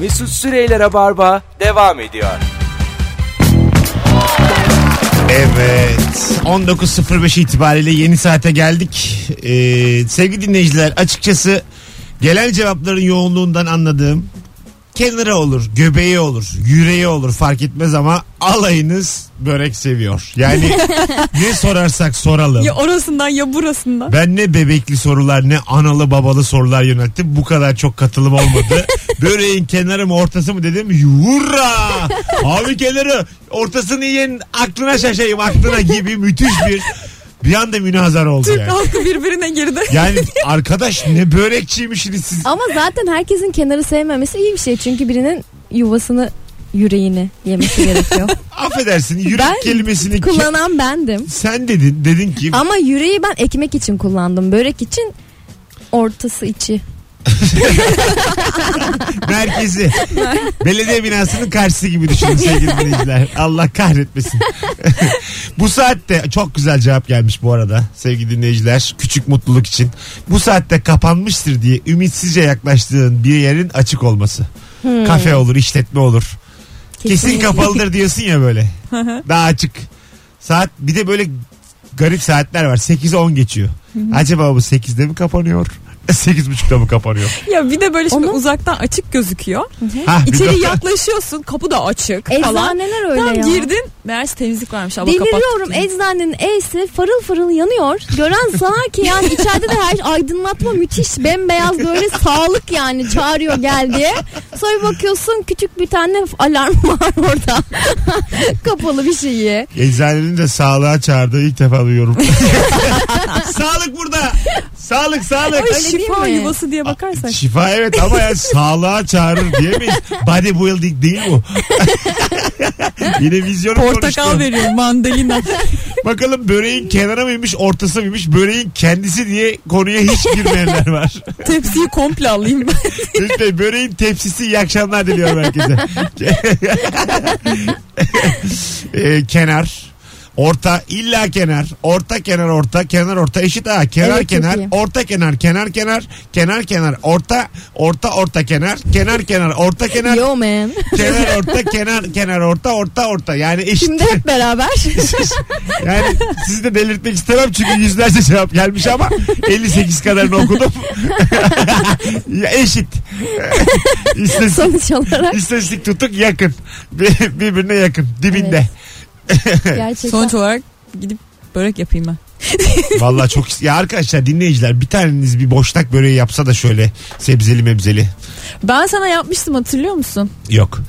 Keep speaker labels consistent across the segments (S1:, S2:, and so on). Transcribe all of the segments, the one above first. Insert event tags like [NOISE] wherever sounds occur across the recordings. S1: Mesut Süreyler'e barba devam ediyor.
S2: Evet. 19.05 itibariyle yeni saate geldik. Ee, sevgili dinleyiciler açıkçası gelen cevapların yoğunluğundan anladığım kenara olur, göbeği olur, yüreği olur fark etmez ama alayınız börek seviyor. Yani ne sorarsak soralım.
S3: Ya orasından ya burasından.
S2: Ben ne bebekli sorular ne analı babalı sorular yönelttim. Bu kadar çok katılım olmadı. Böreğin kenarı mı ortası mı dedim. Hurra! Abi kenarı ortasını yiyen aklına şaşayım aklına gibi müthiş bir bir anda münazara oldu
S3: Türk
S2: yani.
S3: halkı birbirine girdi.
S2: Yani arkadaş ne börekçiymişsiniz siz.
S4: Ama zaten herkesin kenarı sevmemesi iyi bir şey. Çünkü birinin yuvasını yüreğini
S2: [LAUGHS]
S4: yemesi gerekiyor.
S2: Affedersin yürek
S4: Ben
S2: kelimesini ke-
S4: Kullanan bendim.
S2: sen dedin. Dedin ki
S4: Ama yüreği ben ekmek için kullandım. Börek için ortası içi.
S2: merkezi. Belediye binasının karşısı gibi düşünün sevgili dinleyiciler. Allah kahretmesin. [LAUGHS] bu saatte çok güzel cevap gelmiş bu arada sevgili dinleyiciler. Küçük mutluluk için. Bu saatte kapanmıştır diye ümitsizce yaklaştığın bir yerin açık olması. Kafe olur, işletme olur. Kesin
S4: Kesinlikle.
S2: kapalıdır diyorsun ya böyle. Daha açık. Saat bir de böyle garip saatler var. 8'e 10 geçiyor. Acaba bu 8'de mi kapanıyor? [LAUGHS] 8.30'da mı kapanıyor?
S3: Ya bir de böyle şimdi
S4: Onu-
S3: uzaktan açık [LAUGHS] gözüküyor.
S2: Hah, bir
S3: İçeri
S2: de-
S3: yaklaşıyorsun kapı da açık falan.
S4: Eczaneler öyle
S3: Tam
S4: ya.
S3: girdin meğerse temizlik varmış abla
S4: Deliriyorum.
S3: kapattı.
S4: Eczanenin E'si farıl farıl yanıyor. Gören sanar ki yani içeride de her aydınlatma müthiş bembeyaz böyle sağlık yani çağırıyor gel diye. Sonra bir bakıyorsun küçük bir tane alarm [LAUGHS] var orada. Kapalı bir şey şeyi.
S2: Eczanenin de sağlığa çağırdığı ilk defa
S3: [LAUGHS]
S2: duyuyorum. sağlık burada. Sağlık sağlık.
S3: Ay,
S4: Öyle değil
S3: şifa
S4: mi?
S3: yuvası diye bakarsak.
S2: Şifa evet ama yani sağlığa çağırır diyemeyiz. Bodybuilding değil bu. [LAUGHS] Yine vizyonu
S3: Portakal
S2: konuştu.
S3: veriyorum [LAUGHS] mandalina.
S2: Bakalım böreğin kenarı mıymış ortası mıymış böreğin kendisi diye konuya hiç girmeyenler var.
S3: Tepsiyi komple alayım [LAUGHS] ben.
S2: Mesut Bey böreğin tepsisi iyi akşamlar diliyorum
S4: [LAUGHS]
S2: herkese. Ee, kenar. Orta illa kenar. Orta kenar orta kenar orta eşit ha. Kenar
S4: Evet, çok
S2: kenar
S4: iyi.
S2: orta kenar kenar kenar kenar kenar orta orta orta kenar kenar kenar orta kenar
S4: Yo man.
S2: kenar orta kenar kenar orta orta orta yani eşit.
S4: Şimdi hep beraber.
S2: [LAUGHS] Yani sizi de delirtmek istemem çünkü yüzlerce cevap gelmiş ama 58 kadarını okudum. [LAUGHS] Ya eşit. [LAUGHS] İstatistik,
S4: Sonuç olarak
S2: istatistik tutuk yakın. Bir- Birbirine yakın. Dibinde.
S4: gerçekten.
S3: Sonuç olarak gidip börek yapayım ben.
S2: Vallahi çok ya arkadaşlar dinleyiciler bir taneniz bir boşnak böreği yapsa da şöyle sebzeli mebzeli.
S3: Ben sana yapmıştım hatırlıyor musun? [LAUGHS]
S2: Yok.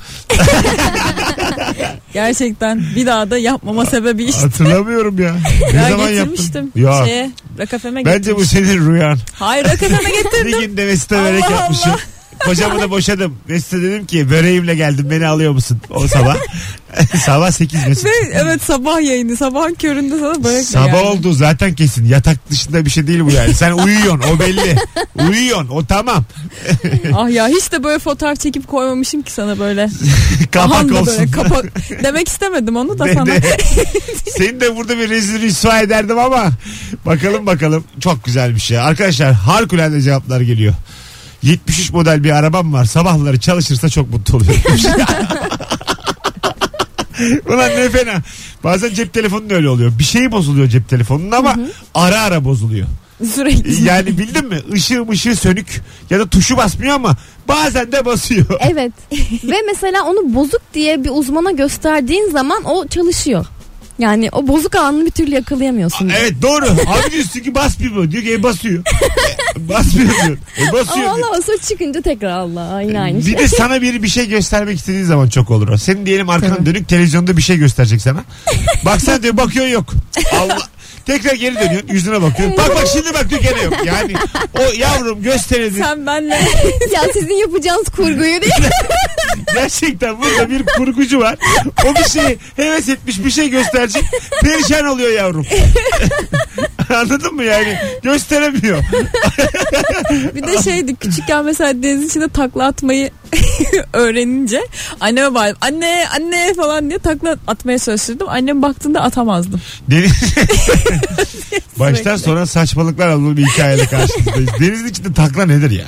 S3: Gerçekten bir daha da yapmama sebebi işte.
S2: Hatırlamıyorum ya. Ne
S3: Ya
S2: zaman
S3: getirmiştim.
S2: yaptın? Ya.
S3: Şeye, rakafeme
S2: Bence bu senin rüyan. [LAUGHS]
S3: Hayır rakafeme
S2: Bir
S3: getirdim.
S2: gün de Mesut'a börek
S3: Allah
S2: yapmışım.
S3: Allah.
S2: Kocamı da boşadım. Mesut'a dedim ki böreğimle geldim beni alıyor musun o
S3: [LAUGHS]
S2: sabah? sabah 8 Mesut.
S3: Ve evet sabah yayını sabahın köründe sana börek
S2: Sabah oldu zaten kesin. Yatak dışında bir şey değil bu yani. Sen uyuyorsun o belli. Uyuyorsun o tamam.
S3: Ah ya hiç de böyle fotoğraf çekip koymamışım ki sana böyle. Aman
S2: Kapak
S3: da
S2: olsun.
S3: böyle kapak. [LAUGHS] Demek istemedim onu da
S2: De-
S3: [LAUGHS] sana.
S2: de. Seni de burada bir rezil rüsva ederdim ama bakalım bakalım çok güzel bir şey. Arkadaşlar harikulade cevaplar geliyor. 73 model bir arabam var. Sabahları çalışırsa çok mutlu oluyorum. [LAUGHS] Ulan ne fena. Bazen cep telefonun öyle oluyor. Bir şey bozuluyor cep telefonunun ama ara ara bozuluyor.
S3: Sürekli.
S2: Yani bildin mi? Işığı mışığı sönük ya da tuşu basmıyor ama bazen de basıyor.
S4: Evet. Ve mesela onu bozuk diye bir uzmana gösterdiğin zaman o çalışıyor. Yani o bozuk anını bir türlü yakalayamıyorsun.
S2: Evet doğru. Abi diyorsun ki basmıyor. Diyor ki e,
S4: [LAUGHS]
S2: basıyor. E, basmıyor diyor. E, basıyor
S4: Ama
S2: diyor.
S4: Allah olsa çıkınca tekrar Allah aynı aynı şey.
S2: Bir de sana biri bir şey göstermek istediği zaman çok olur o. Senin diyelim arkanın
S3: Tabii.
S2: dönük televizyonda bir şey gösterecek
S4: [LAUGHS]
S2: sana. Baksana diyor bakıyor yok. Allah. Tekrar geri dönüyorsun yüzüne bakıyorsun. Bak bak şimdi bak diyor gene yok. Yani o yavrum gösterildi.
S3: Sen benle
S4: ya sizin yapacağınız kurguyu değil.
S2: Gerçekten burada bir kurgucu var. O bir şey heves etmiş bir şey gösterecek. Perişan oluyor
S4: [LAUGHS]
S2: yavrum. [LAUGHS] Anladın mı yani? Gösteremiyor.
S3: bir de şeydi küçükken mesela deniz içinde takla atmayı [LAUGHS] öğrenince anneme bağırdım. Anne anne falan diye takla atmaya çalışırdım. Annem baktığında atamazdım.
S2: Deniz...
S3: [LAUGHS]
S2: Baştan sonra saçmalıklar olduğu bir hikayeyle
S3: [LAUGHS]
S2: karşınızdayız. Denizin içinde takla nedir ya?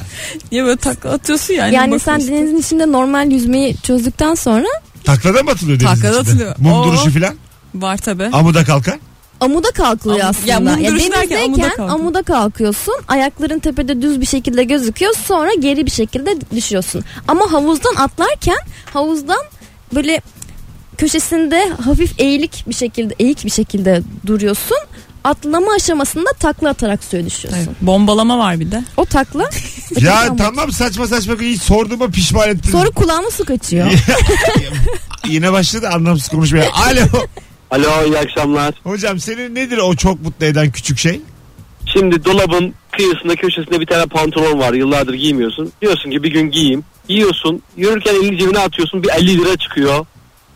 S3: Niye böyle takla atıyorsun ya? Annem
S4: yani
S3: bakıyor
S4: sen
S3: işte.
S4: denizin içinde normal yüzmeyi çözdükten sonra
S2: Taklada mı atılıyor denizin
S3: Taklada
S2: içinde?
S3: atılıyor.
S2: Mum
S3: Oo.
S2: duruşu filan.
S3: Var tabi.
S2: Amuda
S3: [LAUGHS]
S2: kalkan.
S4: amuda kalkılıyor
S3: Am- ya
S4: aslında. E,
S3: mum duruşu derken
S4: denizdeyken
S3: amuda
S4: amuda,
S3: kalkıyor.
S4: kalkıyorsun. Ayakların tepede düz bir şekilde gözüküyor. Sonra geri bir şekilde düşüyorsun. Ama havuzdan atlarken havuzdan böyle köşesinde hafif eğilik bir şekilde eğik bir şekilde duruyorsun. Atlama aşamasında takla atarak suya düşüyorsun.
S3: Bombalama var bir de.
S4: O
S3: [LAUGHS]
S4: takla.
S2: Ya tamam saçma saçma hiç sorduğuma pişman ettin.
S4: Sonra kulağıma su kaçıyor.
S2: Yine başladı anlamsız konuşmaya. Alo. [LAUGHS]
S5: Alo iyi akşamlar.
S2: Hocam senin nedir o çok mutlu eden küçük şey?
S5: Şimdi dolabın kıyısında köşesinde bir tane pantolon var yıllardır giymiyorsun. Diyorsun ki bir gün giyeyim. Giyiyorsun yürürken elini cebine atıyorsun bir 50 lira çıkıyor.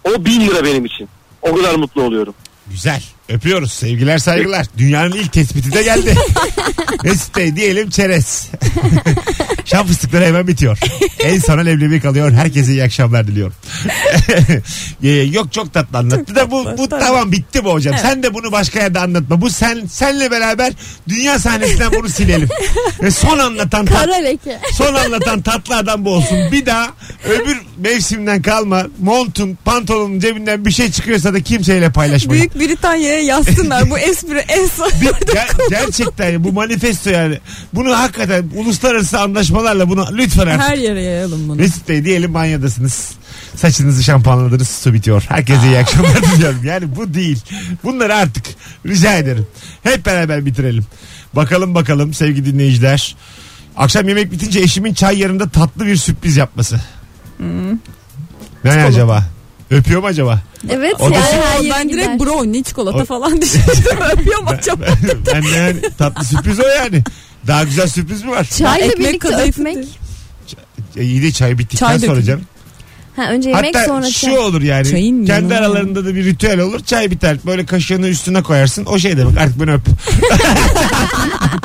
S5: O 1000 lira benim için. O kadar mutlu oluyorum.
S2: Güzel. Öpüyoruz. Sevgiler saygılar. Dünyanın ilk tespiti de
S3: [LAUGHS]
S2: geldi. Mesut Bey diyelim çerez. [LAUGHS] Şam fıstıkları hemen bitiyor. En sana leblebi kalıyor. Herkese iyi akşamlar diliyorum. [LAUGHS] Ee, Yok çok tatlı anlattı da bu,
S3: tatlı,
S2: bu
S3: tabii.
S2: tamam bitti bu hocam.
S3: Evet.
S2: Sen de bunu başka yerde anlatma. Bu sen senle beraber dünya sahnesinden bunu
S3: [LAUGHS]
S2: silelim. Ve son anlatan tatlı
S4: Kara leke.
S2: Son anlatan tatlı adam bu olsun. Bir daha öbür mevsimden kalma montun pantolonun cebinden bir şey çıkıyorsa da kimseyle paylaşmayın.
S3: Büyük Britanya'ya yazsınlar. Bu espri en son.
S2: Bir- ger- gerçekten bu manifesto yani. Bunu hakikaten uluslararası anlaşmalarla bunu lütfen artık.
S3: Her yere yayalım bunu.
S2: Mesut Bey diyelim banyodasınız. Saçınızı şampuanladınız su bitiyor. Herkese iyi akşamlar diliyorum. Yani bu değil. Bunları artık rica ederim. Hep beraber bitirelim. Bakalım bakalım sevgili dinleyiciler. Akşam yemek bitince eşimin çay yanında tatlı bir sürpriz yapması. Ne acaba? Öpüyor mu acaba? [LAUGHS]
S4: Evet.
S2: O da-
S4: yani her
S3: Oo,
S4: yere
S3: ben
S4: gider.
S3: direkt brownie çikolata
S2: O-
S3: falan [LAUGHS] düşündüm. Öpüyorum acaba.
S2: ben de yani tatlı sürpriz o yani. Daha güzel sürpriz mi var?
S4: Çayla
S3: Ekmek
S4: birlikte
S3: kadayıfı
S4: öpmek.
S3: değil.
S2: E, İyi de çay bittikten
S3: Çay
S2: sonra
S3: dökülür.
S2: canım.
S4: Ha, önce yemek
S2: Hatta
S4: sonra
S2: şu
S4: çay.
S2: olur yani.
S3: Çayın
S2: kendi
S3: yanına.
S2: aralarında da bir ritüel olur. Çay biter. Böyle kaşığını üstüne koyarsın. O şey demek. Artık beni öp.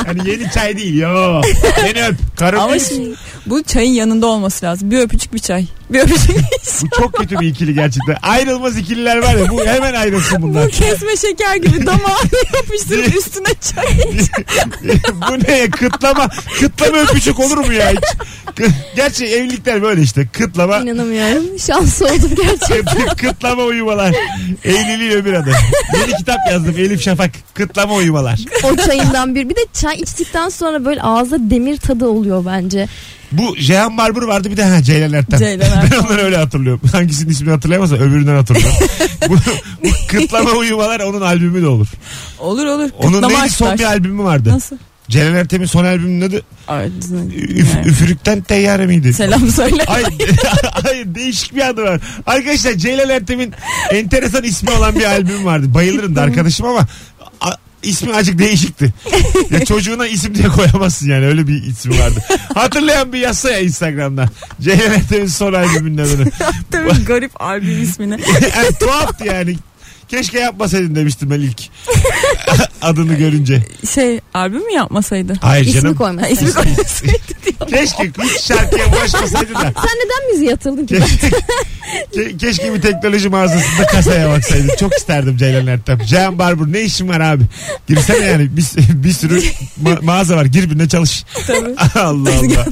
S2: hani yeni çay değil. Yo. Beni öp. Karım
S3: Ama
S2: benim.
S4: şey.
S3: şimdi bu çayın yanında olması lazım. Bir öpücük bir çay. Bir öpücük
S2: [LAUGHS]
S3: bir çay.
S2: Bu çok kötü bir ikili gerçekten. Ayrılmaz ikililer var ya. Bu hemen ayrılsın
S3: Bu [LAUGHS]
S2: bunlar.
S3: kesme şeker gibi damağını [LAUGHS] yapıştırıp üstüne çay.
S2: [LAUGHS] bu ne? Kıtlama. Kıtlama öpücük olur mu ya? Hiç? Gerçi evlilikler böyle işte. Kıtlama.
S4: İnanamıyorum. [LAUGHS] Şanslı oldum
S2: [LAUGHS]
S4: gerçekten.
S2: Hep Kıtlama uyumalar. Eylül'ün öbür adı. Yeni kitap yazdım. Elif Şafak. Kıtlama uyumalar.
S4: o çayından bir. Bir de çay içtikten sonra böyle ağza demir tadı oluyor bence.
S2: Bu Jehan Barbur vardı bir de ha Ceylan Ertem.
S3: Ceylan Ertem.
S2: [LAUGHS] ben onları öyle hatırlıyorum. Hangisinin ismini hatırlayamazsam öbüründen
S3: [LAUGHS]
S2: hatırlıyorum. bu, bu kıtlama uyumalar onun albümü de olur.
S3: Olur olur.
S2: Onun
S3: Kutlama
S2: neydi son
S3: açtılar.
S2: bir albümü vardı.
S3: Nasıl?
S2: Ceylan Ertem'in son albümünün adı
S3: Ay,
S2: Üf-
S3: evet.
S2: Üfürükten Teyyare miydi?
S3: Selam söyle.
S2: Ay, [LAUGHS] hayır değişik bir adı var. Arkadaşlar Ceylan Ertem'in enteresan ismi olan bir albüm vardı. Bayılırım da arkadaşım ama a- ismi acık değişikti. Ya çocuğuna isim diye koyamazsın yani öyle bir ismi vardı. Hatırlayan bir yazsa ya Instagram'dan. Ceylan Ertem'in son albümünün adını.
S3: [LAUGHS]
S2: [LAUGHS]
S3: Tabii garip albüm ismini.
S2: yani, tuhaftı yani. Keşke yapmasaydın demiştim ben ilk. [LAUGHS] adını görünce.
S3: Şey albüm mü yapmasaydı?
S2: Hayır
S4: İsmi
S2: E canım.
S3: Ha,
S4: koymasın.
S3: ismi koymasaydı diyor.
S2: Keşke hiç şarkıya bulaşmasaydın da.
S4: Sen neden müziğe
S2: [LAUGHS]
S4: atıldın ki? [LAUGHS]
S2: Keşke, ke- keşke bir teknoloji mağazasında kasaya baksaydım. Çok isterdim Ceylan Ertem. Ceyhan Barbur ne işin var abi? Girsene yani bir, bir sürü ma- mağaza var. Gir birine çalış.
S3: Tabii.
S2: [LAUGHS] Allah Allah.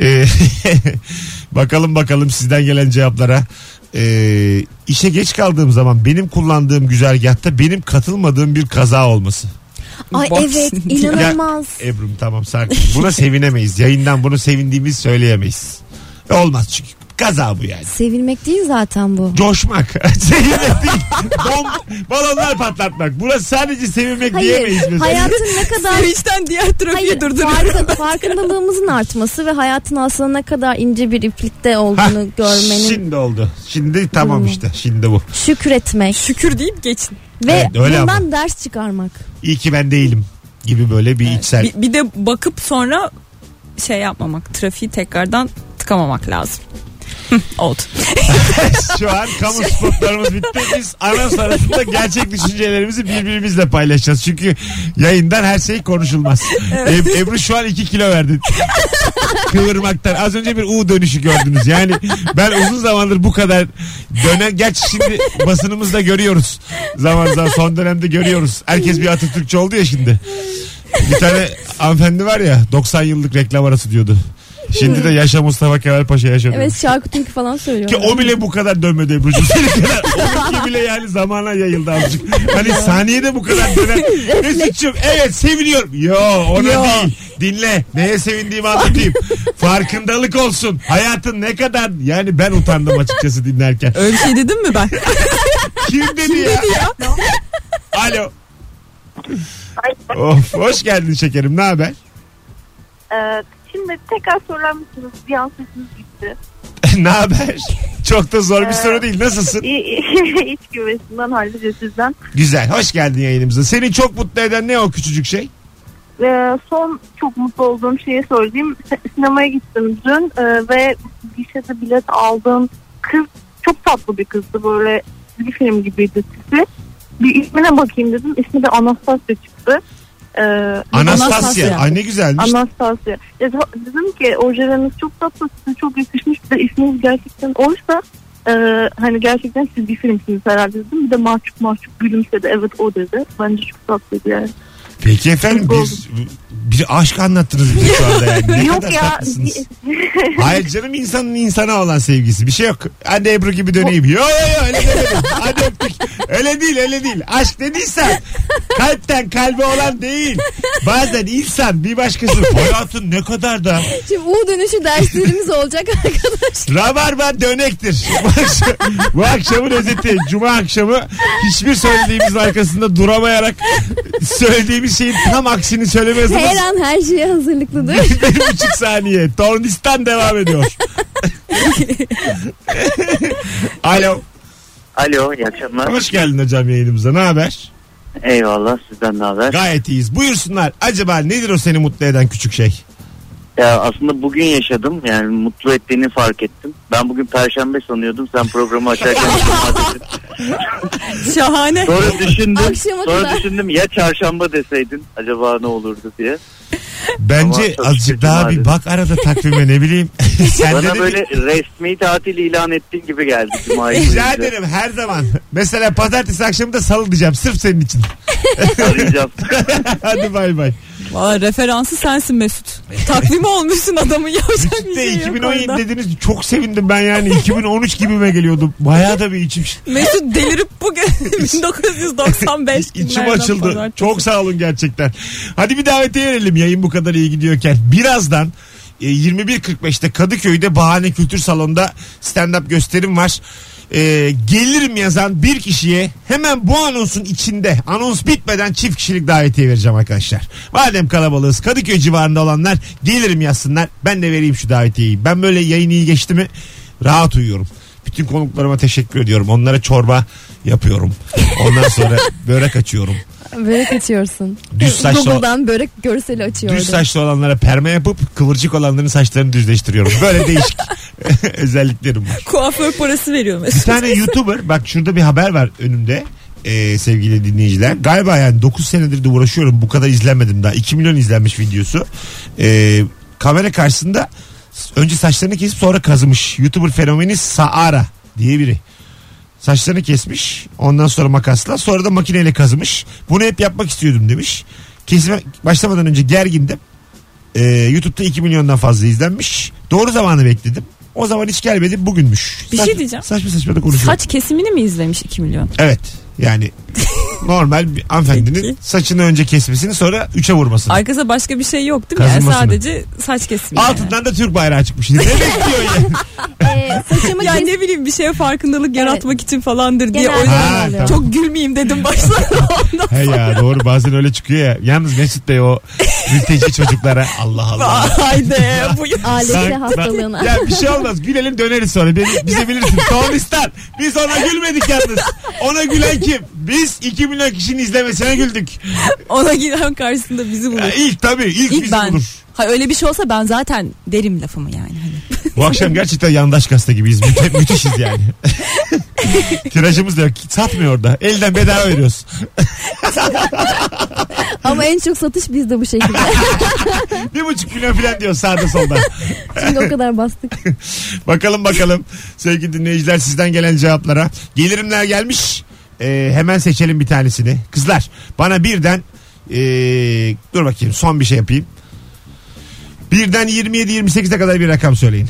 S2: Ee, [LAUGHS] bakalım bakalım sizden gelen cevaplara. Ee, işe geç kaldığım zaman benim kullandığım güzergahta benim katılmadığım bir kaza olması.
S4: Ay
S3: Bak
S4: evet
S3: şimdi.
S4: inanılmaz.
S2: Ebru'm tamam sakin. Buna sevinemeyiz. Yayından bunu sevindiğimizi söyleyemeyiz. Olmaz çünkü. Kaza bu yani.
S4: Sevilmek değil zaten bu.
S2: Coşmak. [LAUGHS] Sevinmek değil. Bom, balonlar patlatmak. Burası sadece sevinmek diyemeyiz
S4: Hayır.
S2: mesela.
S4: Hayatın ne
S3: [LAUGHS]
S4: kadar
S3: Sevinçten diğer trafiği
S4: Hayır,
S3: durduruyor.
S4: farkın- farkındalığımızın artması ve hayatın aslında ne kadar ince bir iplikte olduğunu
S2: Hah,
S4: görmenin
S2: Şimdi oldu. Şimdi tamam işte. Şimdi bu.
S4: şükretmek
S3: Şükür deyip geçin.
S4: ve
S2: Evet, öyle
S4: bundan ders çıkarmak.
S2: İyi ki ben değilim gibi böyle bir içsel.
S3: Bir, bir de bakıp sonra şey yapmamak. Trafiği tekrardan tıkamamak lazım. Hı, Oldu.
S2: Şu an kamu spotlarımız bitti. Biz anons arasında gerçek düşüncelerimizi birbirimizle paylaşacağız. Çünkü yayından her şey konuşulmaz. Eb- Ebru şu an 2 kilo verdi. kıvırmaktan. Az önce bir U dönüşü gördünüz. Yani ben uzun zamandır bu kadar dönen gerçi şimdi basınımızda görüyoruz. Zaman zaman son dönemde görüyoruz. Herkes bir Atatürkçü oldu ya şimdi. Bir tane hanımefendi var ya 90 yıllık reklam arası diyordu. Şimdi de yaşa Mustafa Kemal Paşa yaşa diyor.
S4: Evet Şarküteri falan söylüyor.
S2: Ki o bile bu kadar dönmedi Ebru'cum. Senin kadar. Onunki bile yani zamana yayıldı azıcık. Hani saniyede bu kadar [LAUGHS] dönen. Mesut'cum evet seviniyorum. Yo ona
S4: Yo.
S2: değil. Dinle. Neye sevindiğimi anlatayım. Farkındalık olsun. Hayatın ne kadar. Yani ben utandım açıkçası dinlerken.
S3: Öyle bir şey dedim
S2: [LAUGHS]
S3: mi ben?
S2: Kim dedi ya? Alo. Of, hoş geldin şekerim. Ne haber? [LAUGHS]
S6: Ee, şimdi tekrar sorar mısınız? Bir an sesiniz gitti.
S2: ne haber? Çok da zor bir
S6: Ee,
S2: soru değil. Nasılsın?
S6: İ- [LAUGHS] İ- İç güvesinden hallice sizden.
S2: Güzel. Hoş geldin yayınımıza. Seni çok mutlu eden ne o küçücük şey?
S6: Ee, son çok mutlu olduğum şeyi söyleyeyim. S- Sinemaya gittim dün e, ve gişede bilet aldığım kız çok tatlı bir kızdı. Böyle bir film gibiydi tipi. Bir ismine bakayım dedim. İsmi de Anastasia çıktı. Ee,
S2: Anastasya.
S3: Anastasya.
S2: Ay ne güzelmiş.
S6: Anastasia. Ya da- dedim ki ojeleriniz çok tatlı size çok yakışmış bir de isminiz gerçekten hoş da e, hani gerçekten siz bir filmsiniz herhalde dedim. Bir de mahcup mahcup gülümsedi evet o dedi. Bence çok tatlıydı yani.
S2: Peki efendim bir, bir aşk anlattınız bize şu anda yani. Ne kadar
S6: Yok ya
S2: tatlısınız. Hayır canım insanın insana olan sevgisi bir şey yok. Hadi Ebru gibi döneyim. Yo yo yo öyle demedim. Hadi öptük. Öyle değil öyle değil. Aşk dediysen kalpten kalbe olan değil. Bazen insan bir başkası hayatın ne kadar da
S4: Şimdi U dönüşü derslerimiz olacak [LAUGHS] arkadaş.
S2: Rabarba dönektir. Bu, akşam, bu akşamın özeti. Cuma akşamı hiçbir söylediğimiz arkasında duramayarak söylediğimiz şeyin tam aksini söyleme
S4: Her
S2: hızımız
S4: an her şeye hazırlıklıdır.
S2: bir buçuk saniye. Tornistan devam ediyor. Alo.
S7: [LAUGHS] Alo iyi akşamlar.
S2: Hoş geldin hocam yayınımıza. Ne haber?
S7: Eyvallah sizden ne haber?
S2: Gayet iyiyiz. Buyursunlar. Acaba nedir o seni mutlu eden küçük şey?
S7: Ya aslında bugün yaşadım yani mutlu ettiğini fark ettim. Ben bugün perşembe sanıyordum sen programı
S6: [LAUGHS]
S7: açarken cuma dedin.
S3: Şahane.
S7: Sonra düşündüm.
S4: Akşama
S7: Sonra
S4: kadar.
S7: düşündüm ya çarşamba deseydin acaba ne olurdu diye.
S2: Bence
S7: Ama çok
S2: azıcık
S7: kötü
S2: daha
S7: maalesef.
S2: bir bak arada takvime ne bileyim. [LAUGHS] Sen de
S7: Bana
S2: bir-
S7: böyle resmi tatil ilan ettiğin gibi geldi
S2: [LAUGHS]
S7: cuma günü.
S2: Rica ederim her zaman. Mesela pazartesi akşamı da salı diyeceğim sırf senin
S3: [LAUGHS]
S2: için.
S7: Arayacağım.
S2: Hadi bay bay.
S3: Valla referansı sensin Mesut. Takvimi olmuşsun adamın yapacak bir
S2: Bir de
S3: şey yok
S2: 2017
S3: orada.
S2: dediniz çok sevindim ben yani 2013 gibime geliyordum. Bayağı da bir içim
S3: Mesut delirip
S2: [LAUGHS]
S3: bugün 1995
S2: içim
S3: günlerden
S2: açıldı.
S3: pazartesi.
S2: Çok sağ olun gerçekten. Hadi bir davetiye verelim yayın bu kadar iyi gidiyorken. Birazdan e, 21.45'te Kadıköy'de Bahane Kültür Salonu'nda stand-up gösterim var. E, gelirim yazan bir kişiye hemen bu anonsun içinde anons bitmeden çift kişilik davetiye vereceğim arkadaşlar. Madem kalabalığız Kadıköy civarında olanlar gelirim yazsınlar. Ben de vereyim şu davetiyeyi. Ben böyle yayın iyi geçti mi rahat uyuyorum. Bütün konuklarıma teşekkür ediyorum. Onlara çorba yapıyorum. Ondan sonra börek açıyorum.
S4: [LAUGHS] Börek açıyorsun.
S2: Düz saçlı-
S4: Google'dan börek görseli açıyor.
S2: Düz saçlı olanlara perma yapıp kıvırcık olanların saçlarını düzleştiriyorum. Böyle değişik [LAUGHS] özelliklerim var.
S3: Kuaför parası veriyor
S2: Bir
S3: Mesut.
S2: tane
S3: [LAUGHS]
S2: YouTuber bak şurada bir haber var önümde. Ee, sevgili dinleyiciler. Galiba yani 9 senedir de uğraşıyorum. Bu kadar izlenmedim daha. 2 milyon izlenmiş videosu. Ee, kamera karşısında önce saçlarını kesip sonra kazımış. YouTuber fenomeni Saara diye biri. Saçlarını kesmiş. Ondan sonra makasla. Sonra da makineyle kazımış. Bunu hep yapmak istiyordum demiş. Kesime başlamadan önce gergindim. Ee, YouTube'da 2 milyondan fazla izlenmiş. Doğru zamanı bekledim. O zaman hiç gelmedi bugünmüş.
S3: Bir şey
S2: Saçma-
S3: diyeceğim.
S2: Saçma saçma da konuşuyor.
S3: Saç kesimini mi izlemiş 2 milyon?
S2: Evet. Yani normal bir hanımefendinin
S3: Peki.
S2: saçını önce kesmesini sonra üçe vurmasını.
S3: Arkasında başka bir şey yok değil mi? Yani
S2: Kazınmasını.
S3: sadece saç kesimi. yani.
S2: Altından da Türk bayrağı çıkmış.
S3: [LAUGHS]
S2: Ne bekliyor yani?
S4: Ee, saçımı
S3: Ya
S4: kes-
S3: ne bileyim bir şeye farkındalık yaratmak için falandır diye
S4: Genelde
S3: o yüzden
S2: Ha, tamam.
S3: çok gülmeyeyim dedim başta. [LAUGHS] Ondan
S2: He ya doğru bazen öyle çıkıyor ya. Yalnız Mesut Bey o mülteci çocuklara Allah Allah.
S3: sonra, Haydi bu şey
S4: ailesi
S2: Sen-
S4: hastalığına.
S2: Ya bir şey olmaz. Gülelim döneriz sonra. Beni, bize
S3: [LAUGHS]
S2: bilirsin. Tavlistan. Biz ona gülmedik yalnız. Ona gülen kim? Biz 2 milyon kişinin izlemesine güldük.
S3: ona giren karşısında bizi bulur.
S2: Ya ilk tabii. ilk,
S3: İlk
S2: bizi
S3: ben.
S2: bulur.
S3: Ha öyle bir şey olsa ben zaten derim lafımı yani. Hani. [LAUGHS]
S2: Bu akşam gerçekten yandaş gazete gibiyiz. Müthe- müthişiz yani. [LAUGHS] Tirajımız da yok. Satmıyor da. Elden bedava veriyoruz. [LAUGHS]
S4: Ama en çok satış bizde bu şekilde.
S2: bir buçuk milyon falan diyor sağda solda.
S4: Şimdi o kadar bastık.
S2: bakalım bakalım sevgili dinleyiciler sizden gelen cevaplara. Gelirimler gelmiş. Ee, hemen seçelim bir tanesini. Kızlar bana birden ee, dur bakayım son bir şey yapayım. Birden 27-28'e kadar bir rakam söyleyin.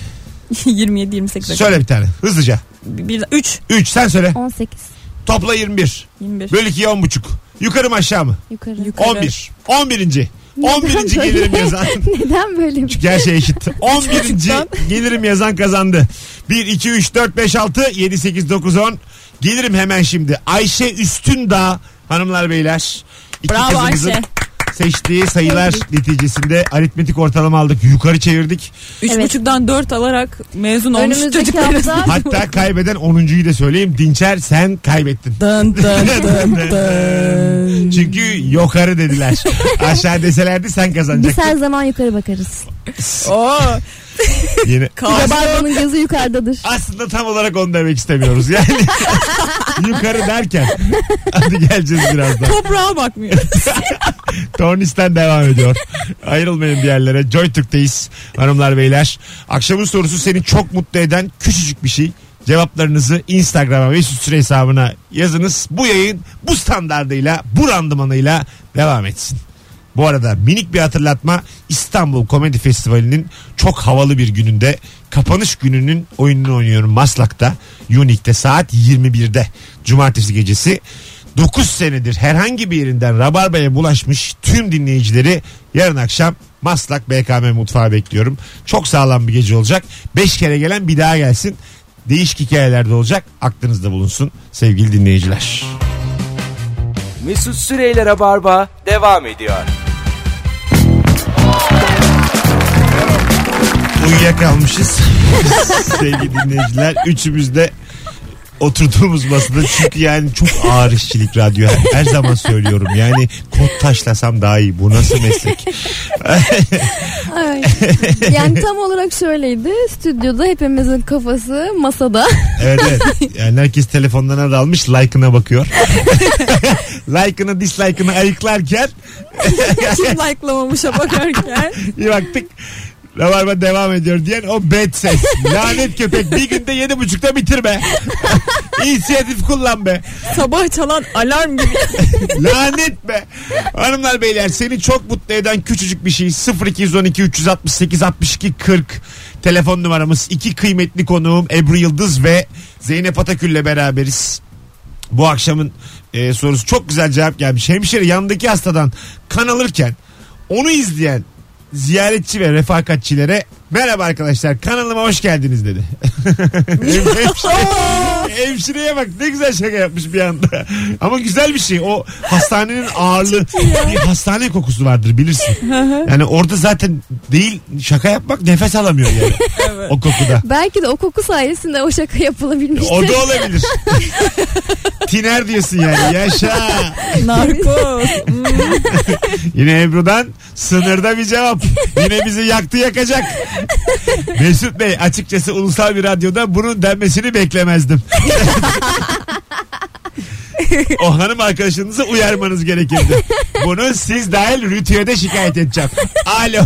S3: 27 28 dakika.
S2: Söyle bir tane hızlıca.
S3: Bir, 3
S2: 3 sen söyle.
S4: 18.
S2: Topla 21.
S3: 21.
S2: Böl 2'ye 10.5. Yukarı mı aşağı mı?
S4: Yukarı.
S3: Yukarı.
S2: 11. 11. 11.
S4: böyle?
S2: gelirim yazan.
S4: [LAUGHS] Neden böyle? bir-
S2: Çünkü her şey eşit. 11. gelirim yazan kazandı. 1, 2, 3, 4, 5, 6, 7, 8, 9, 10. Gelirim hemen şimdi. Ayşe Üstündağ hanımlar beyler. İki
S3: Bravo
S2: kızımızın
S3: Ayşe.
S2: seçtiği sayılar neticesinde aritmetik ortalama aldık. Yukarı çevirdik.
S3: 3
S4: Evet.
S3: buçuktan 4 alarak mezun olmuş
S4: Önümüzdeki
S3: çocuklarız.
S4: hafta
S2: [LAUGHS]
S4: [LAUGHS]
S2: Hatta kaybeden 10.yu da söyleyeyim. Dinçer sen kaybettin.
S3: [LAUGHS]
S2: [LAUGHS]
S3: Dın dın dın dın.
S2: Çünkü yukarı
S4: [LAUGHS]
S2: dediler. Aşağı deselerdi sen
S4: biz
S2: kazanacaktın.
S4: her zaman yukarı bakarız.
S3: Oo,
S2: Yine.
S4: Rabarbanın
S2: [LAUGHS]
S4: gözü yukarıdadır.
S2: Aslında tam olarak onu demek istemiyoruz. Yani [LAUGHS] yukarı derken. Hadi geleceğiz birazdan. [LAUGHS]
S3: toprağa bakmıyor.
S2: Tornis'ten devam ediyor. Ayrılmayın bir yerlere. Joy Türk'teyiz hanımlar beyler. Akşamın sorusu seni çok mutlu eden küçücük bir şey. Cevaplarınızı Instagram'a Mesut Süre hesabına yazınız. Bu yayın bu standardıyla, bu randımanıyla devam etsin. Bu arada minik bir hatırlatma İstanbul Komedi Festivali'nin çok havalı bir gününde kapanış gününün oyununu oynuyorum Maslak'ta Unique'de saat 21'de cumartesi gecesi 9 senedir herhangi bir yerinden Rabarba'ya bulaşmış tüm dinleyicileri yarın akşam Maslak BKM mutfağı bekliyorum. Çok sağlam bir gece olacak. 5 kere gelen bir daha gelsin. Değişik hikayelerde olacak. Aklınızda bulunsun sevgili dinleyiciler.
S1: Mesut Süreyler'e barba devam ediyor.
S2: Uyuyakalmışız [LAUGHS] sevgili dinleyiciler. Üçümüz de oturduğumuz masada çünkü yani çok ağır işçilik radyo her, her zaman söylüyorum yani kod taşlasam daha iyi bu nasıl meslek
S4: Ay. Yani tam olarak şöyleydi. Stüdyoda hepimizin kafası masada. [LAUGHS]
S2: evet, evet. yani herkes telefonlarına dalmış like'ına bakıyor [LAUGHS] like'ını dislike'ını ayıklarken
S3: Kim like'lamamışa bakarken.
S2: bir baktık Rabarba devam ediyor diyen o bad ses. Lanet köpek bir günde yedi buçukta bitirme. [LAUGHS] İnisiyatif kullan be.
S3: Sabah çalan alarm gibi.
S2: [LAUGHS] Lanet be. Hanımlar beyler seni çok mutlu eden küçücük bir şey 0212 368 62 40 telefon numaramız. iki kıymetli konuğum Ebru Yıldız ve Zeynep Atakül'le beraberiz. Bu akşamın e, sorusu çok güzel cevap gelmiş. Hemşire yandaki hastadan kan alırken onu izleyen ziyaretçi ve refakatçilere merhaba arkadaşlar kanalıma hoş geldiniz dedi. Hemşire- [LAUGHS] Hemşireye bak ne güzel şaka yapmış bir anda. Ama güzel bir şey o hastanenin ağırlığı bir hastane kokusu vardır bilirsin. Yani orada zaten değil şaka yapmak nefes alamıyor yani o kokuda.
S4: Belki de o koku sayesinde o şaka yapılabilmiştir.
S2: O da olabilir. Tiner diyorsun yani yaşa.
S3: Narkoz. Hmm.
S2: Yine Ebru'dan sınırda bir cevap. Yine bizi yaktı yakacak. Mesut Bey açıkçası ulusal bir radyoda bunun denmesini beklemezdim. o hanım arkadaşınızı uyarmanız gerekirdi. Bunu siz dahil rütüyede şikayet edeceğim. Alo.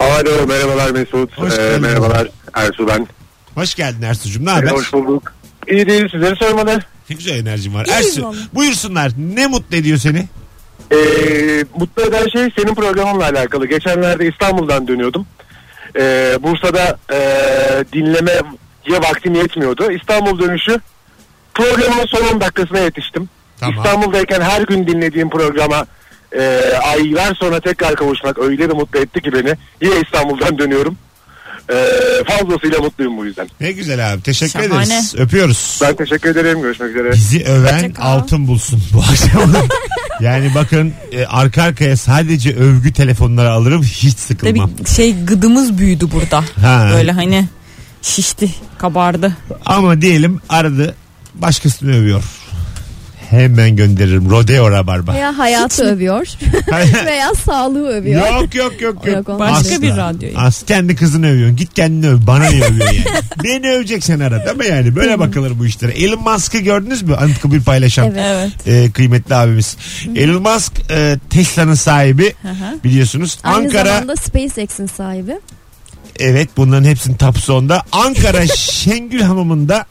S8: Alo merhabalar Mesut.
S2: Hoş
S8: Ee,
S2: geldin.
S8: merhabalar Ersu ben.
S2: Hoş geldin Ersu'cum ne haber?
S8: Hoş bulduk. İyi değil sizleri sormalı.
S2: Ne güzel enerjim var.
S3: İyiyim
S2: Ersu
S3: valla.
S2: buyursunlar ne mutlu ediyor seni?
S8: Ee, mutlu eden şey senin programınla alakalı. Geçenlerde İstanbul'dan dönüyordum. Ee, Bursa'da ee, dinlemeye vaktim yetmiyordu. İstanbul dönüşü programın son 10 dakikasına yetiştim.
S2: Tamam.
S8: İstanbul'dayken her gün dinlediğim programa ee, aylar sonra tekrar kavuşmak öyle bir mutlu etti ki beni. Yine İstanbul'dan dönüyorum. Ee, fazlasıyla mutluyum bu yüzden.
S2: Ne güzel abi teşekkür
S3: Şahane.
S2: ederiz. Öpüyoruz.
S8: Ben teşekkür ederim. Görüşmek üzere.
S2: Bizi öven
S3: Hoşça kal.
S2: altın bulsun bu akşam. yani bakın e, arka arkaya sadece övgü telefonları alırım hiç
S3: Tabii
S2: sıkılmam.
S3: şey gıdımız büyüdü burada.
S2: Ha.
S3: Böyle hani şişti, kabardı.
S2: Ama diyelim aradı başkasını övüyor. hemen gönderirim. Rodeo rabarba.
S4: Veya hayatı övüyor. Veya sağlığı övüyor.
S2: [LAUGHS] yok yok yok yok.
S4: Yok, olmaz.
S3: Başka
S2: Asla.
S3: bir radyoya.
S2: As kendi kızını övüyorsun. Git kendini öv. Bana niye övüyorsun yani? Beni öveceksen arada ama yani böyle bakılır bu işlere. Elon Musk'ı gördünüz mü? Anıtkabir paylaşan.
S4: Evet.
S3: Evet.
S2: e, kıymetli abimiz. Elon Musk e, Tesla'nın sahibi
S3: Aha.
S2: biliyorsunuz.
S4: Aynı
S2: Ankara
S4: zamanda SpaceX'in sahibi.
S2: evet bunların hepsinin tapsonda.
S3: [LAUGHS]
S2: Ankara Şengül Hamamı'nda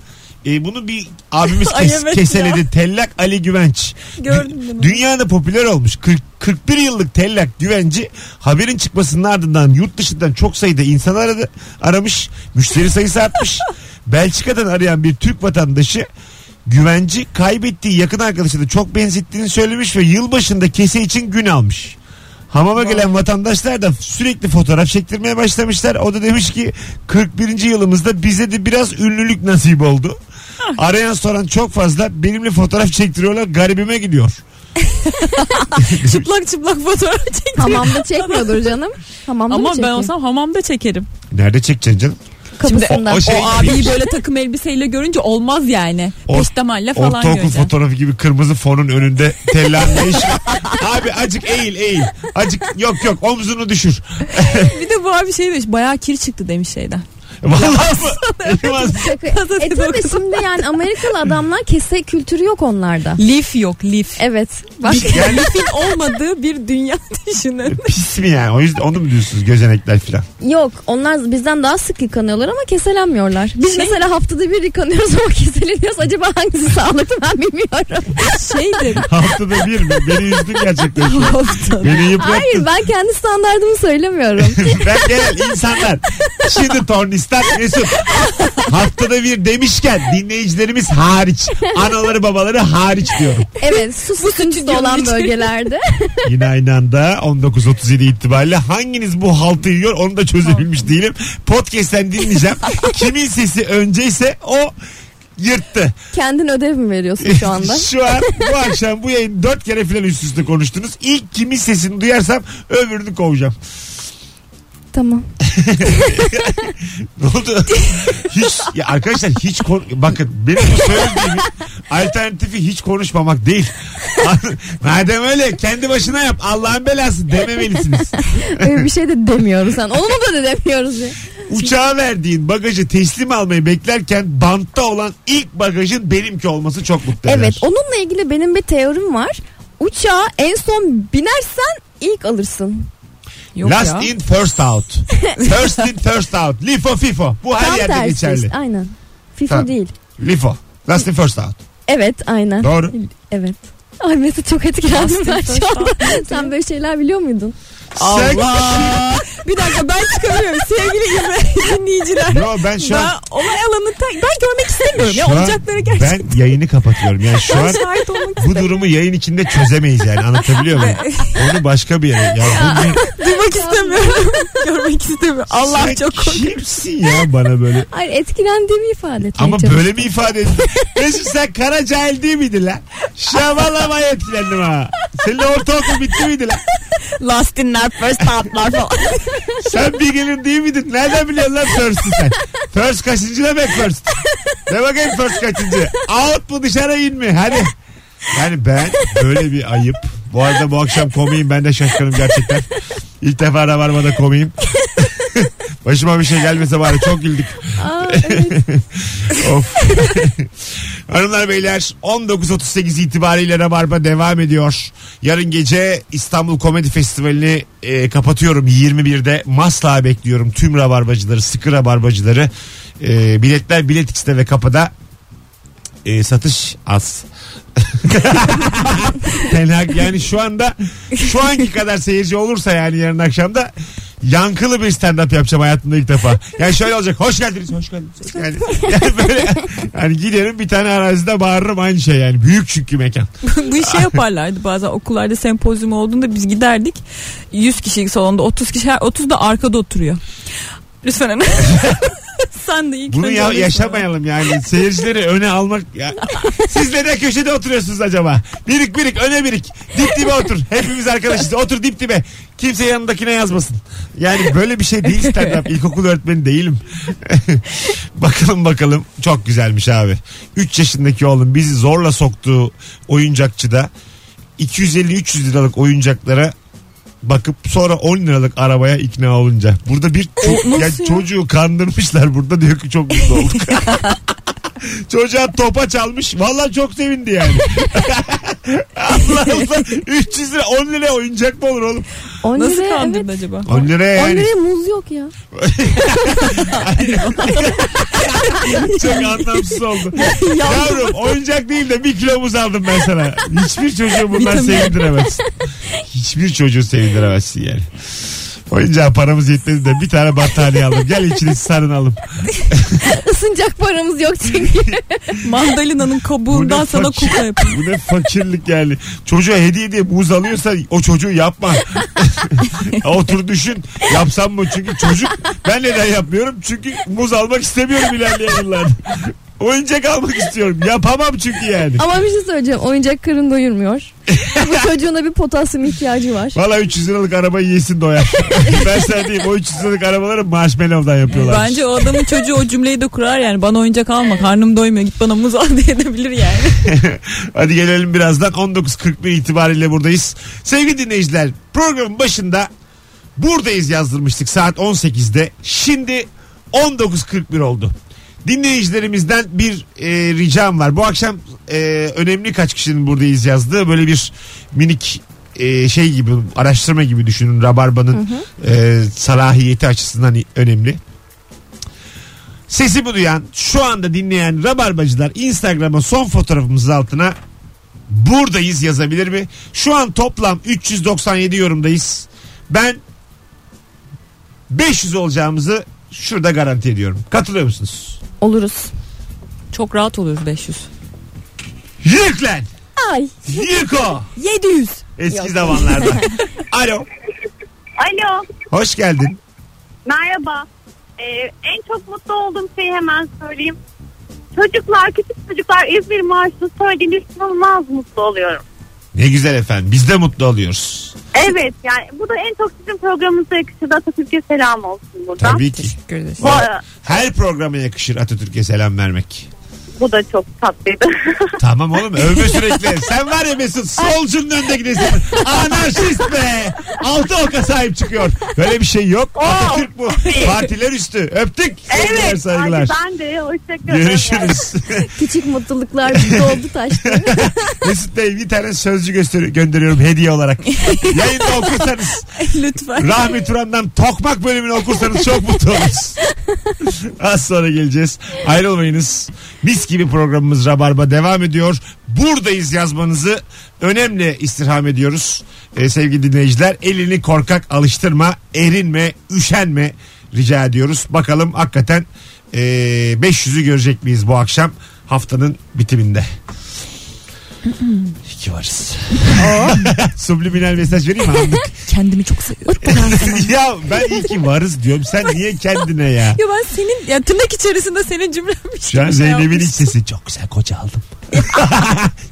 S2: e, bunu bir abimiz
S3: [LAUGHS] Ay
S2: kes-
S3: evet
S2: keseledi. Tellak Ali Güvenç.
S3: Gördüm bunu.
S2: Dünyada popüler olmuş 40, 41 yıllık tellak güvenci haberin çıkmasının ardından yurt dışından çok sayıda insan aradı, aramış. Müşteri sayısı
S3: [LAUGHS]
S2: artmış. Belçika'dan arayan bir Türk vatandaşı güvenci kaybettiği yakın arkadaşına çok benzettiğini söylemiş ve yılbaşında kese için gün almış. Hamama gelen vatandaşlar da sürekli fotoğraf çektirmeye başlamışlar. O da demiş ki 41. yılımızda bize de biraz ünlülük nasip oldu. Arayan soran çok fazla benimle fotoğraf çektiriyorlar garibime gidiyor.
S3: Çıplak çıplak fotoğraf çek.
S4: Hamamda çekmiyordur canım. Hamamda mı
S3: Ama ben
S4: çekiyor?
S3: olsam hamamda çekerim.
S2: Nerede çekeceksin canım?
S4: kapısında.
S2: o- o şey-
S3: O abiyi böyle takım elbiseyle görünce olmaz yani.
S2: Or-
S3: Peştemalle E, falan
S2: Ortaokul
S3: göreceksin.
S2: fotoğrafı gibi kırmızı fonun önünde tellenmiş. Abi acık eğil eğil. Acık yok yok omzunu düşür.
S3: Bir de bu abi şey demiş bayağı kir çıktı demiş şeyden.
S2: Vallahi mı? [LAUGHS] Yılmaz.
S4: Şaka-
S3: Gazetede
S4: e tabii
S3: okudum.
S4: şimdi yani Amerikalı adamlar kese kültürü yok onlarda.
S3: Lif yok lif.
S4: Evet.
S3: Bak
S2: Yani-
S3: lifin olmadığı bir dünya düşünün.
S2: Pis mi yani? O yüzden onu mu diyorsunuz gözenekler filan?
S4: Yok onlar bizden daha sık yıkanıyorlar ama keselenmiyorlar. Biz
S3: Şey-
S4: mesela haftada bir yıkanıyoruz ama [LAUGHS] keseleniyoruz. Acaba hangisi sağlıklı ben bilmiyorum.
S3: Şeydir.
S2: Haftada bir mi? Beni üzdün gerçekten şu an. Beni yıprattın.
S4: Hayır ben kendi standartımı söylemiyorum.
S2: ben genel insanlar. Şimdi tornistan Mesut. Haftada bir demişken dinleyicilerimiz hariç. Anaları babaları hariç diyorum.
S4: Evet su sıkıntısı olan
S3: [LAUGHS]
S4: bölgelerde.
S2: Yine aynı anda 19.37 itibariyle hanginiz bu haltı yiyor onu da çözebilmiş değilim. Podcast'ten dinleyeceğim. Kimin sesi önceyse o yırttı.
S4: Kendin ödev mi veriyorsun
S2: [LAUGHS]
S4: şu anda?
S2: Şu an bu akşam bu yayın dört kere filan üst üste konuştunuz. İlk kimin sesini duyarsam öbürünü kovacağım.
S4: tamam.
S2: Ne
S4: [LAUGHS]
S2: oldu? hiç, ya arkadaşlar hiç kon- bakın benim bu söylediğim alternatifi hiç konuşmamak değil. [LAUGHS] Madem öyle kendi başına yap Allah'ın belası dememelisiniz.
S4: Öyle bir şey de demiyoruz. Yani onu da de demiyoruz. ya.
S2: Uçağa verdiğin bagajı teslim almayı beklerken bantta olan ilk bagajın benimki olması çok mutlu eder.
S4: Evet onunla ilgili benim bir teorim var. Uçağa en son binersen ilk alırsın.
S3: Yok
S2: Last
S3: ya.
S2: in first out. first in first out. Lifo fifo. Bu her
S4: Tam
S2: yerde
S4: tersi
S2: geçerli.
S4: işte, Aynen. FIFA
S2: Tamam.
S4: değil.
S2: Lifo. Last in first out.
S4: Evet aynen.
S2: Doğru.
S4: Evet. Ay Mesut çok etkilendim ben
S3: Aslında
S4: şu anda. Sen böyle şeyler biliyor muydun?
S2: Allah.
S3: Bir dakika ben çıkamıyorum sevgili İbrahim dinleyiciler.
S2: Yo ben şu an
S3: Ben olay alanını ta- ben görmek istemiyorum. Ya
S2: Şu an
S3: olacakları gerçekten.
S2: Ben yayını kapatıyorum. Yani şu an
S3: şahit olmak
S2: bu durumu yayın içinde çözemeyiz yani anlatabiliyor muyum? Onu başka bir yere. Ya bu ne-
S3: duymak istemiyorum. [LAUGHS] görmek istemiyorum. [LAUGHS] Allah
S2: Sen
S3: çok korkuyorum.
S2: Kimsin ya bana böyle?
S4: Hayır etkilendiğimi ifade etmeye
S2: Ama
S4: çalıştım.
S2: böyle mi ifade ettin? Mesut sen kara cahil değil miydin lan? Şabalama etkilendim ha. Seninle ortaokul bitti miydi lan?
S3: Last inler first outlar falan.
S2: Sen bir gelin değil miydin? Nereden biliyorsun lan first'ı sen? First kaçıncı demek first? Ne bakayım first kaçıncı? Out mu dışarı in mi? Hadi. Yani ben böyle bir ayıp. Bu arada bu akşam komiyim ben de şaşkınım gerçekten. İlk defa Rabarba'da komiyim. [LAUGHS] Başıma bir şey gelmese bari çok güldük.
S4: Aa, evet.
S2: Of. [LAUGHS] Hanımlar beyler 19.38 itibariyle Rabarba devam ediyor. Yarın gece İstanbul Komedi Festivali'ni e, kapatıyorum 21'de. Masla bekliyorum tüm Rabarbacıları, sıkı Rabarbacıları. E, biletler Bilet X'te ve kapıda. E, satış az. Fena yani şu anda şu anki kadar seyirci olursa yani yarın akşamda yankılı bir stand up yapacağım hayatımda ilk defa. Yani şöyle olacak. Hoş geldiniz, hoş geldiniz. hoş geldiniz. Yani, yani böyle yani giderim bir tane arazide bağırırım aynı şey yani. Büyük çünkü mekan.
S3: Bu şey yaparlardı bazen okullarda sempozyum olduğunda biz giderdik. 100 kişilik salonda 30 kişi her 30 da arkada oturuyor. Lütfen hani. Sen de ilk
S2: Bunu
S3: önce
S2: ya,
S3: onu söyle.
S2: yaşamayalım yani. Seyircileri öne almak. Ya. Siz neden köşede oturuyorsunuz acaba? Birik birik öne birik. Dip dibe otur. Hepimiz arkadaşız. Otur dip dibe. Kimse yanındakine yazmasın. Yani böyle bir şey değil stand up. İlkokul öğretmeni değilim. [LAUGHS] bakalım bakalım. Çok güzelmiş abi. 3 yaşındaki oğlum bizi zorla soktuğu oyuncakçıda 250-300 liralık oyuncaklara bakıp sonra 10 liralık arabaya ikna olunca. Burada bir ço- ya çocuğu kandırmışlar burada diyor ki çok mutlu
S4: [LAUGHS]
S2: olduk. Çocuğa topa çalmış. Valla çok sevindi yani. [LAUGHS] Allah Allah. 300 lira 10 lira oyuncak mı olur oğlum?
S4: 10
S3: Nasıl
S4: liraya,
S3: kandırdı
S4: evet.
S3: acaba?
S2: 10 lira
S4: 10
S2: yani.
S4: liraya muz yok ya. [LAUGHS]
S2: Çok anlamsız oldu.
S4: ya
S2: Yavrum oyuncak değil de bir kilo muz aldım ben sana. Hiçbir çocuğu bundan
S3: Vitamin.
S2: sevindiremezsin. Hiçbir çocuğu sevindiremezsin yani. Oyuncağa paramız yetmedi de bir tane battaniye aldım. Gel içini sarınalım.
S4: ısınacak paramız yok
S2: [LAUGHS]
S4: çünkü.
S3: Mandalina'nın kabuğundan
S2: Bu ne
S3: sana
S2: fakir-
S3: kuka yapayım.
S2: Bu ne fakirlik yani. Çocuğa hediye diye buz alıyorsa o çocuğu yapma. [LAUGHS] Otur düşün. Yapsam mı? Çünkü çocuk ben neden yapmıyorum? Çünkü muz almak istemiyorum ilerleyen yıllarda. Oyuncak almak istiyorum. Yapamam çünkü yani.
S4: Ama bir şey söyleyeceğim. Oyuncak
S2: [LAUGHS]
S4: karın doyurmuyor. Bu çocuğun da bir potasyum ihtiyacı var.
S2: Valla 300 liralık arabayı yesin
S3: [LAUGHS]
S2: doyar. ben sana diyeyim o 300 liralık arabaları marshmallow'dan yapıyorlar.
S3: Bence o adamın çocuğu o cümleyi de kurar yani. Bana oyuncak alma karnım doymuyor git bana muz al [LAUGHS] diyebilir yani.
S2: Hadi gelelim birazdan 19.41 itibariyle buradayız. Sevgili dinleyiciler programın başında buradayız yazdırmıştık saat 18'de. Şimdi 19.41 oldu. Dinleyicilerimizden bir e, ricam var. Bu akşam e, önemli kaç kişinin buradayız yazdığı böyle bir minik e, şey gibi araştırma gibi düşünün. Rabarba'nın e, salahiyeti açısından önemli. Sesimi duyan şu anda dinleyen Rabarbacılar Instagram'a son fotoğrafımızın altına buradayız yazabilir mi? Şu an toplam 397 yorumdayız. Ben 500 olacağımızı şurada garanti ediyorum. Katılıyor musunuz?
S4: Oluruz.
S3: Çok rahat oluruz 500.
S2: Yık lan!
S4: Ay.
S2: Yık o!
S3: 700.
S2: Eski zamanlarda. Alo.
S6: Alo.
S2: Hoş geldin.
S6: Merhaba. Ee, en çok mutlu olduğum şeyi hemen söyleyeyim. Çocuklar, küçük çocuklar İzmir Marşı'nı söylediğinde inanılmaz mutlu oluyorum.
S2: Ne güzel efendim. Biz de mutlu oluyoruz.
S6: Evet yani bu da en çok sizin programınıza yakışır. Atatürk'e selam olsun buradan.
S2: Tabii ki.
S3: Teşekkür ederiz.
S6: Bu,
S2: Her programa yakışır Atatürk'e selam vermek.
S6: bu da çok tatlıydı.
S2: Tamam oğlum övme sürekli. Sen var ya Mesut solcunun önünde gidesin. Anarşist be. Altı oka sahip çıkıyor. Böyle bir şey yok. Atatürk bu. Partiler üstü. Öptük. Sevgiler,
S6: Oh! evet.
S2: saygılar.
S6: [LAUGHS] hadi Ben de hoşçakalın.
S2: Görüşürüz.
S4: Küçük mutluluklar doldu taştı.
S2: [LAUGHS] Mesut Bey bir tane sözcü gösteri- gönderiyorum hediye
S6: [LAUGHS]
S2: olarak. Yayında okursanız
S3: [LAUGHS] Lütfen.
S2: Rahmi Turan'dan Tokmak bölümünü okursanız çok mutlu oluruz. Az sonra geleceğiz. Ayrılmayınız. Mis gibi programımız Rabarba devam ediyor. Buradayız yazmanızı önemli istirham ediyoruz. Ee, sevgili dinleyiciler elini korkak alıştırma, erinme, üşenme rica ediyoruz. Bakalım hakikaten ee, 500'ü görecek miyiz bu akşam haftanın bitiminde? İki varız. Subliminal mesaj vereyim mi? Anlık.
S3: Kendimi çok seviyorum.
S2: [LAUGHS] ya ben iyi ki varız diyorum. Sen niye kendine ya?
S3: ya ben senin ya tırnak içerisinde senin şey cümlenmiş.
S2: Şu an Zeynep'in iç sesi. Çok güzel koca
S3: [LAUGHS]
S2: aldım.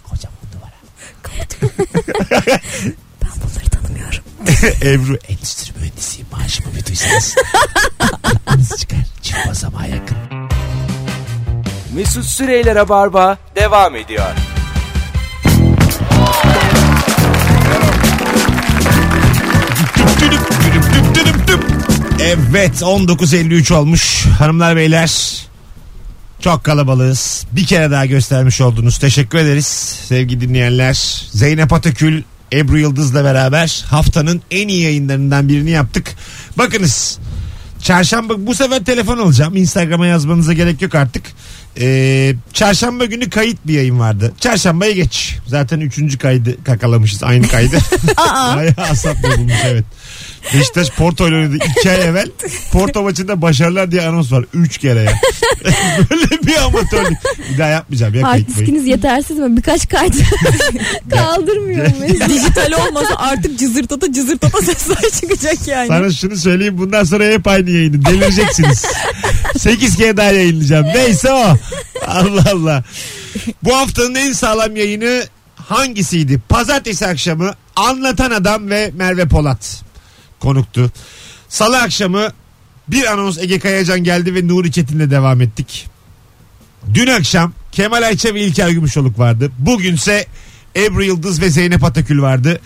S2: Kocam on numara.
S3: Ben bunları tanımıyorum.
S2: [LAUGHS] Ebru endüstri mühendisiyim. Maaşımı bir duysanız.
S3: [LAUGHS]
S2: Aklınız çıkar. Çift basamağa yakın.
S1: Mesut Süreyler'e barba devam ediyor.
S2: Düdüp düdüp düp düdüp düp. Evet 19.53 olmuş hanımlar beyler. Çok kalabalığız. Bir kere daha göstermiş oldunuz. Teşekkür ederiz sevgili dinleyenler. Zeynep Atakül, Ebru Yıldız'la beraber haftanın en iyi yayınlarından birini yaptık. Bakınız çarşamba bu sefer telefon alacağım. Instagram'a yazmanıza gerek yok artık. Ee, çarşamba günü kayıt bir yayın vardı. Çarşambaya geç. Zaten üçüncü kaydı kakalamışız aynı kaydı. [LAUGHS] Bayağı asap bozulmuş evet. Beşiktaş Porto ile oynadı. İki ay evvel Porto maçında başarılar diye anons var. Üç kere ya. [LAUGHS] Böyle bir amatörlük. Bir daha yapmayacağım ya
S4: Hard
S2: kayıtmayı.
S4: diskiniz yetersiz mi? Birkaç kaydı
S2: [LAUGHS]
S4: kaldırmıyor muyuz?
S3: Dijital olmasa artık cızırtata cızırtata sesler çıkacak yani.
S2: Sana şunu söyleyeyim bundan sonra hep aynı yayını delireceksiniz. 8 kere daha yayınlayacağım. Neyse o. Allah Allah. Bu haftanın en sağlam yayını hangisiydi? Pazartesi akşamı Anlatan Adam ve Merve Polat konuktu. Salı akşamı bir anons Ege Kayacan geldi ve Nuri Çetin'le devam ettik. Dün akşam Kemal Ayça ve İlker Gümüşoluk vardı. Bugünse Ebru Yıldız ve Zeynep Atakül vardı.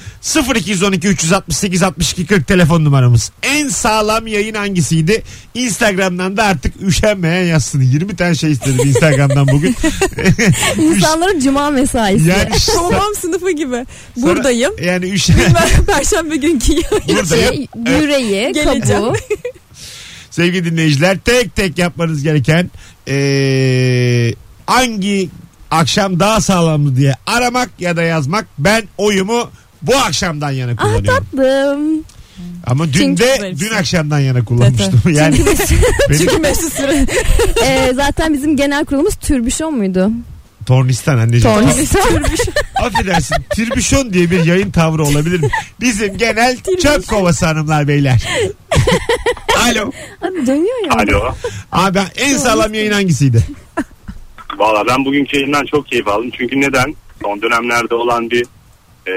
S2: 0212 368 62 40 telefon numaramız. En sağlam yayın hangisiydi? Instagram'dan da artık üşenmeyen yazsın. 20 tane şey istedim Instagram'dan bugün.
S4: İnsanların cuma mesaisi. [LAUGHS]
S2: Yani
S3: Babam sınıfı gibi. Buradayım.
S2: yani üşen.
S3: Bilmem perşembe günkü
S2: Buradayım.
S4: Şey, yüreği,
S3: Geleceğim.
S4: kabuğu.
S2: [LAUGHS] Sevgili dinleyiciler tek tek yapmanız gereken eee, hangi akşam daha sağlamdı diye aramak ya da yazmak. Ben oyumu bu akşamdan yana
S4: ah
S2: kullanıyorum.
S4: tatlım.
S2: Ama dün
S3: Çünkü
S2: de
S3: böyle
S2: dün
S3: şey.
S2: akşamdan yana kullanmıştım. Yani [LAUGHS] benim
S3: Çünkü Mesut Süre.
S4: Ee, zaten bizim genel kurulumuz türbüşon muydu?
S2: tornistan anneciğim.
S4: Tornistan.
S2: [LAUGHS] Affedersin. Tirbüşon diye bir yayın tavrı olabilir mi? Bizim genel çöp kovası hanımlar beyler. Alo.
S4: Abi dönüyor ya.
S9: Alo.
S2: Abi ben- en sağlam yayın hangisiydi?
S9: Valla ben bugünkü yayından çok keyif aldım. Çünkü neden? Son dönemlerde olan bir e,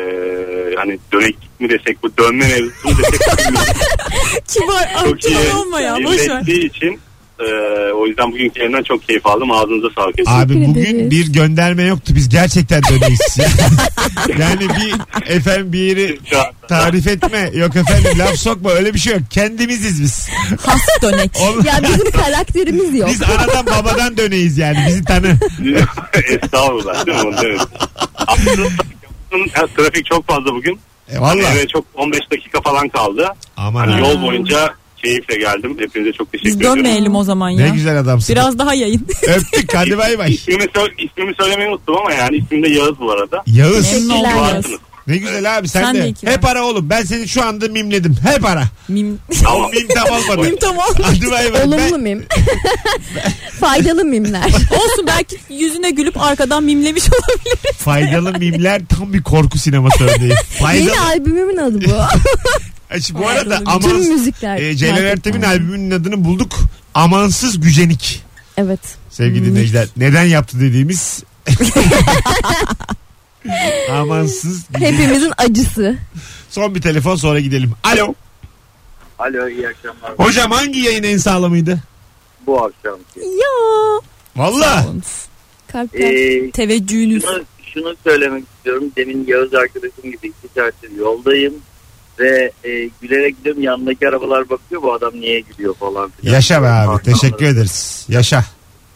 S9: hani dönek mi desek bu dönme mevzusu mu desek bilmiyorum.
S3: Kibar.
S9: çok iyi
S3: Akçılar olma ya. Boş ver.
S9: birleştiği için e, o yüzden bugünkü yayından çok keyif aldım. Ağzınıza sağlık.
S2: Abi bugün
S4: ederiz.
S2: bir gönderme yoktu. Biz gerçekten döneyiz. [LAUGHS] yani bir efendim bir yeri
S9: Şu anda.
S2: tarif etme. Yok efendim laf sokma. Öyle bir şey yok. Kendimiziz biz.
S3: Has dönek.
S2: Onlar-
S4: Ya bizim karakterimiz yok.
S2: biz anadan babadan döneyiz yani. Bizi tanı.
S9: Estağfurullah değil mi? Onu demedim. Aslında ya, trafik çok fazla bugün. Hani
S2: E, Valla.
S9: Eve çok 15 dakika falan kaldı.
S2: Aman
S9: Hani
S2: abi.
S9: yol boyunca keyifle geldim. Hepinize çok
S3: Biz
S9: teşekkür ediyorum.
S3: dönmeyelim o zaman
S2: Ne
S3: ya.
S2: güzel adamsın.
S3: Biraz daha yayın.
S2: Öptük. Hadi bay bay.
S9: İsmimi, sö- ismimi söylemeyi unuttum ama yani ismim de Yağız bu arada.
S2: Yağız.
S3: Memnun oldum.
S4: Teşekkürler.
S3: Yağız.
S9: Varsınız.
S2: Ne güzel abi sen,
S3: Sen
S2: de.
S3: de iyi ki
S2: Hep ara oğlum. Ben seni şu anda mimledim. Hep ara.
S3: Mim.
S2: O mim tam olmadı.
S3: Mim tamam.
S2: Hadi bay bay.
S4: Olumlu
S2: Ben- [LAUGHS]
S4: mim. Faydalı mimler.
S3: Olsun belki yüzüne gülüp arkadan mimlemiş olabilir.
S2: faydalı mimler tam bir korku sineması örneği.
S4: Yeni
S2: Faydalı.
S4: albümümün adı bu.
S2: Ay, şimdi bu [LAUGHS] arada
S3: Faydalı
S4: Tüm
S2: amansız.
S4: müzikler.
S2: E, Ceylan
S4: Fark
S2: Ertem'in
S4: etmez.
S2: albümünün adını bulduk. Amansız Gücenik.
S4: Evet.
S2: Sevgili dinleyiciler. Neden yaptı dediğimiz. Amansız Gücenik.
S4: Hepimizin acısı.
S2: Son bir telefon sonra gidelim. Alo.
S5: Alo iyi akşamlar.
S2: Hocam hangi yayın en sağlamıydı?
S5: Bu akşam.
S4: Ya.
S2: Valla.
S4: Kalpler.
S7: Ee,
S3: Teveccühünüz.
S7: şunu, şunu söylemek istiyorum. Demin Yağız arkadaşım gibi iki saattir yoldayım. Ve e, gülerek gidiyorum. Yanındaki arabalar bakıyor. Bu adam niye gülüyor falan filan.
S2: Yaşa be abi.
S7: Arkamda-
S2: Teşekkür ederiz. Yaşa.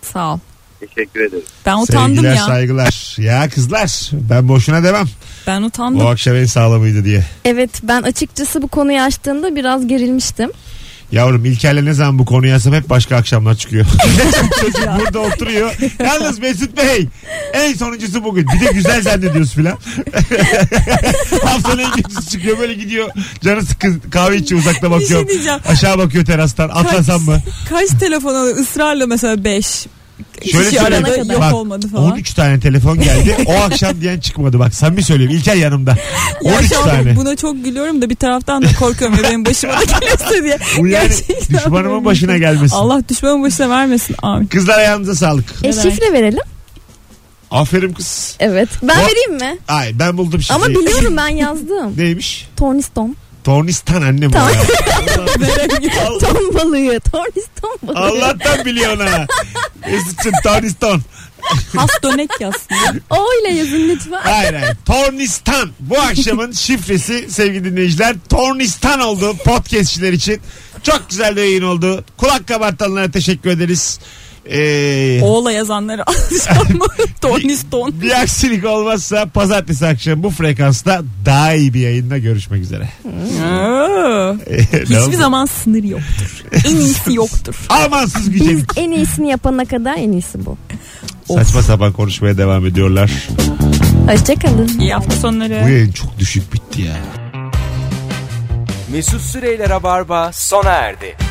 S3: Sağ ol.
S7: Teşekkür ederim.
S3: Ben utandım
S2: Sevgiler,
S3: ya.
S2: saygılar. Ya kızlar ben boşuna demem.
S3: Ben utandım.
S2: O akşam en sağlamıydı diye.
S4: Evet ben açıkçası bu konuyu açtığında biraz gerilmiştim.
S2: Yavrum İlker'le ne zaman bu konuyu yazsam hep başka akşamlar
S3: [LAUGHS]
S2: çıkıyor. [LAUGHS] Çocuk burada oturuyor. Yalnız Mesut Bey en sonuncusu bugün. Bir de güzel zannediyoruz
S3: [LAUGHS]
S2: filan. Haftanın en kötüsü çıkıyor böyle gidiyor. Canı sıkın kahve içiyor uzakta
S3: Bir
S2: bakıyor.
S3: şey diyeceğim.
S2: Aşağı bakıyor terastan. Atlasam mı?
S3: Kaç telefon alıyor? ısrarla mesela 5.
S2: Şöyle
S3: Kişi
S2: söyleyeyim.
S3: arada yok
S2: Bak,
S3: olmadı falan.
S2: 13 tane telefon geldi. O akşam diyen çıkmadı. Bak samimi söylüyorum. İlker yanımda.
S3: Ya
S2: 13
S3: şu an
S2: tane.
S3: Buna çok gülüyorum da bir taraftan da korkuyorum ya benim başıma da gelirse diye.
S2: Bu yani
S3: Gerçekten
S2: düşmanımın
S3: böyle.
S2: başına gelmesin.
S3: Allah düşmanın başına vermesin [LAUGHS] amin.
S2: Kızlar ayağınıza sağlık.
S4: E,
S3: Ne demek?
S4: şifre verelim.
S2: Aferin kız.
S4: Evet. Ben
S2: O-
S4: vereyim mi?
S2: Ay ben buldum şimdi.
S4: Ama biliyorum ben
S3: [LAUGHS]
S4: yazdım.
S2: Neymiş?
S4: Torniston.
S2: Tornistan annem.
S4: Tamam.
S2: ya.
S4: [LAUGHS]
S2: Al-
S4: Ton balığı. Torniston balığı.
S2: Allah'tan biliyorsun ha. Mesut'cum Tornistan.
S3: Has dönek yazsın.
S4: O ile yazın lütfen.
S2: Hayır hayır. Tornistan. Bu
S3: [LAUGHS]
S2: akşamın şifresi sevgili dinleyiciler. Tornistan oldu podcastçiler için. Çok güzel bir yayın oldu. Kulak kabartanlara teşekkür ederiz. Ee,
S3: Oğla yazanları
S2: [LAUGHS]
S3: alacağım. Tony Stone.
S2: bir aksilik olmazsa pazartesi akşamı bu frekansta daha iyi bir yayında görüşmek üzere.
S3: Aa,
S2: E, Ne
S3: Hiçbir
S2: oldu?
S3: zaman sınır yoktur. En iyisi yoktur.
S2: Amansız
S4: Biz
S2: gücelik.
S4: en iyisini yapana kadar en iyisi bu.
S2: Saçma sapan konuşmaya devam ediyorlar.
S4: Hoşçakalın.
S3: İyi hafta sonları.
S2: Bu yayın çok düşük bitti ya.
S1: Mesut Süreyler'e barba sona erdi.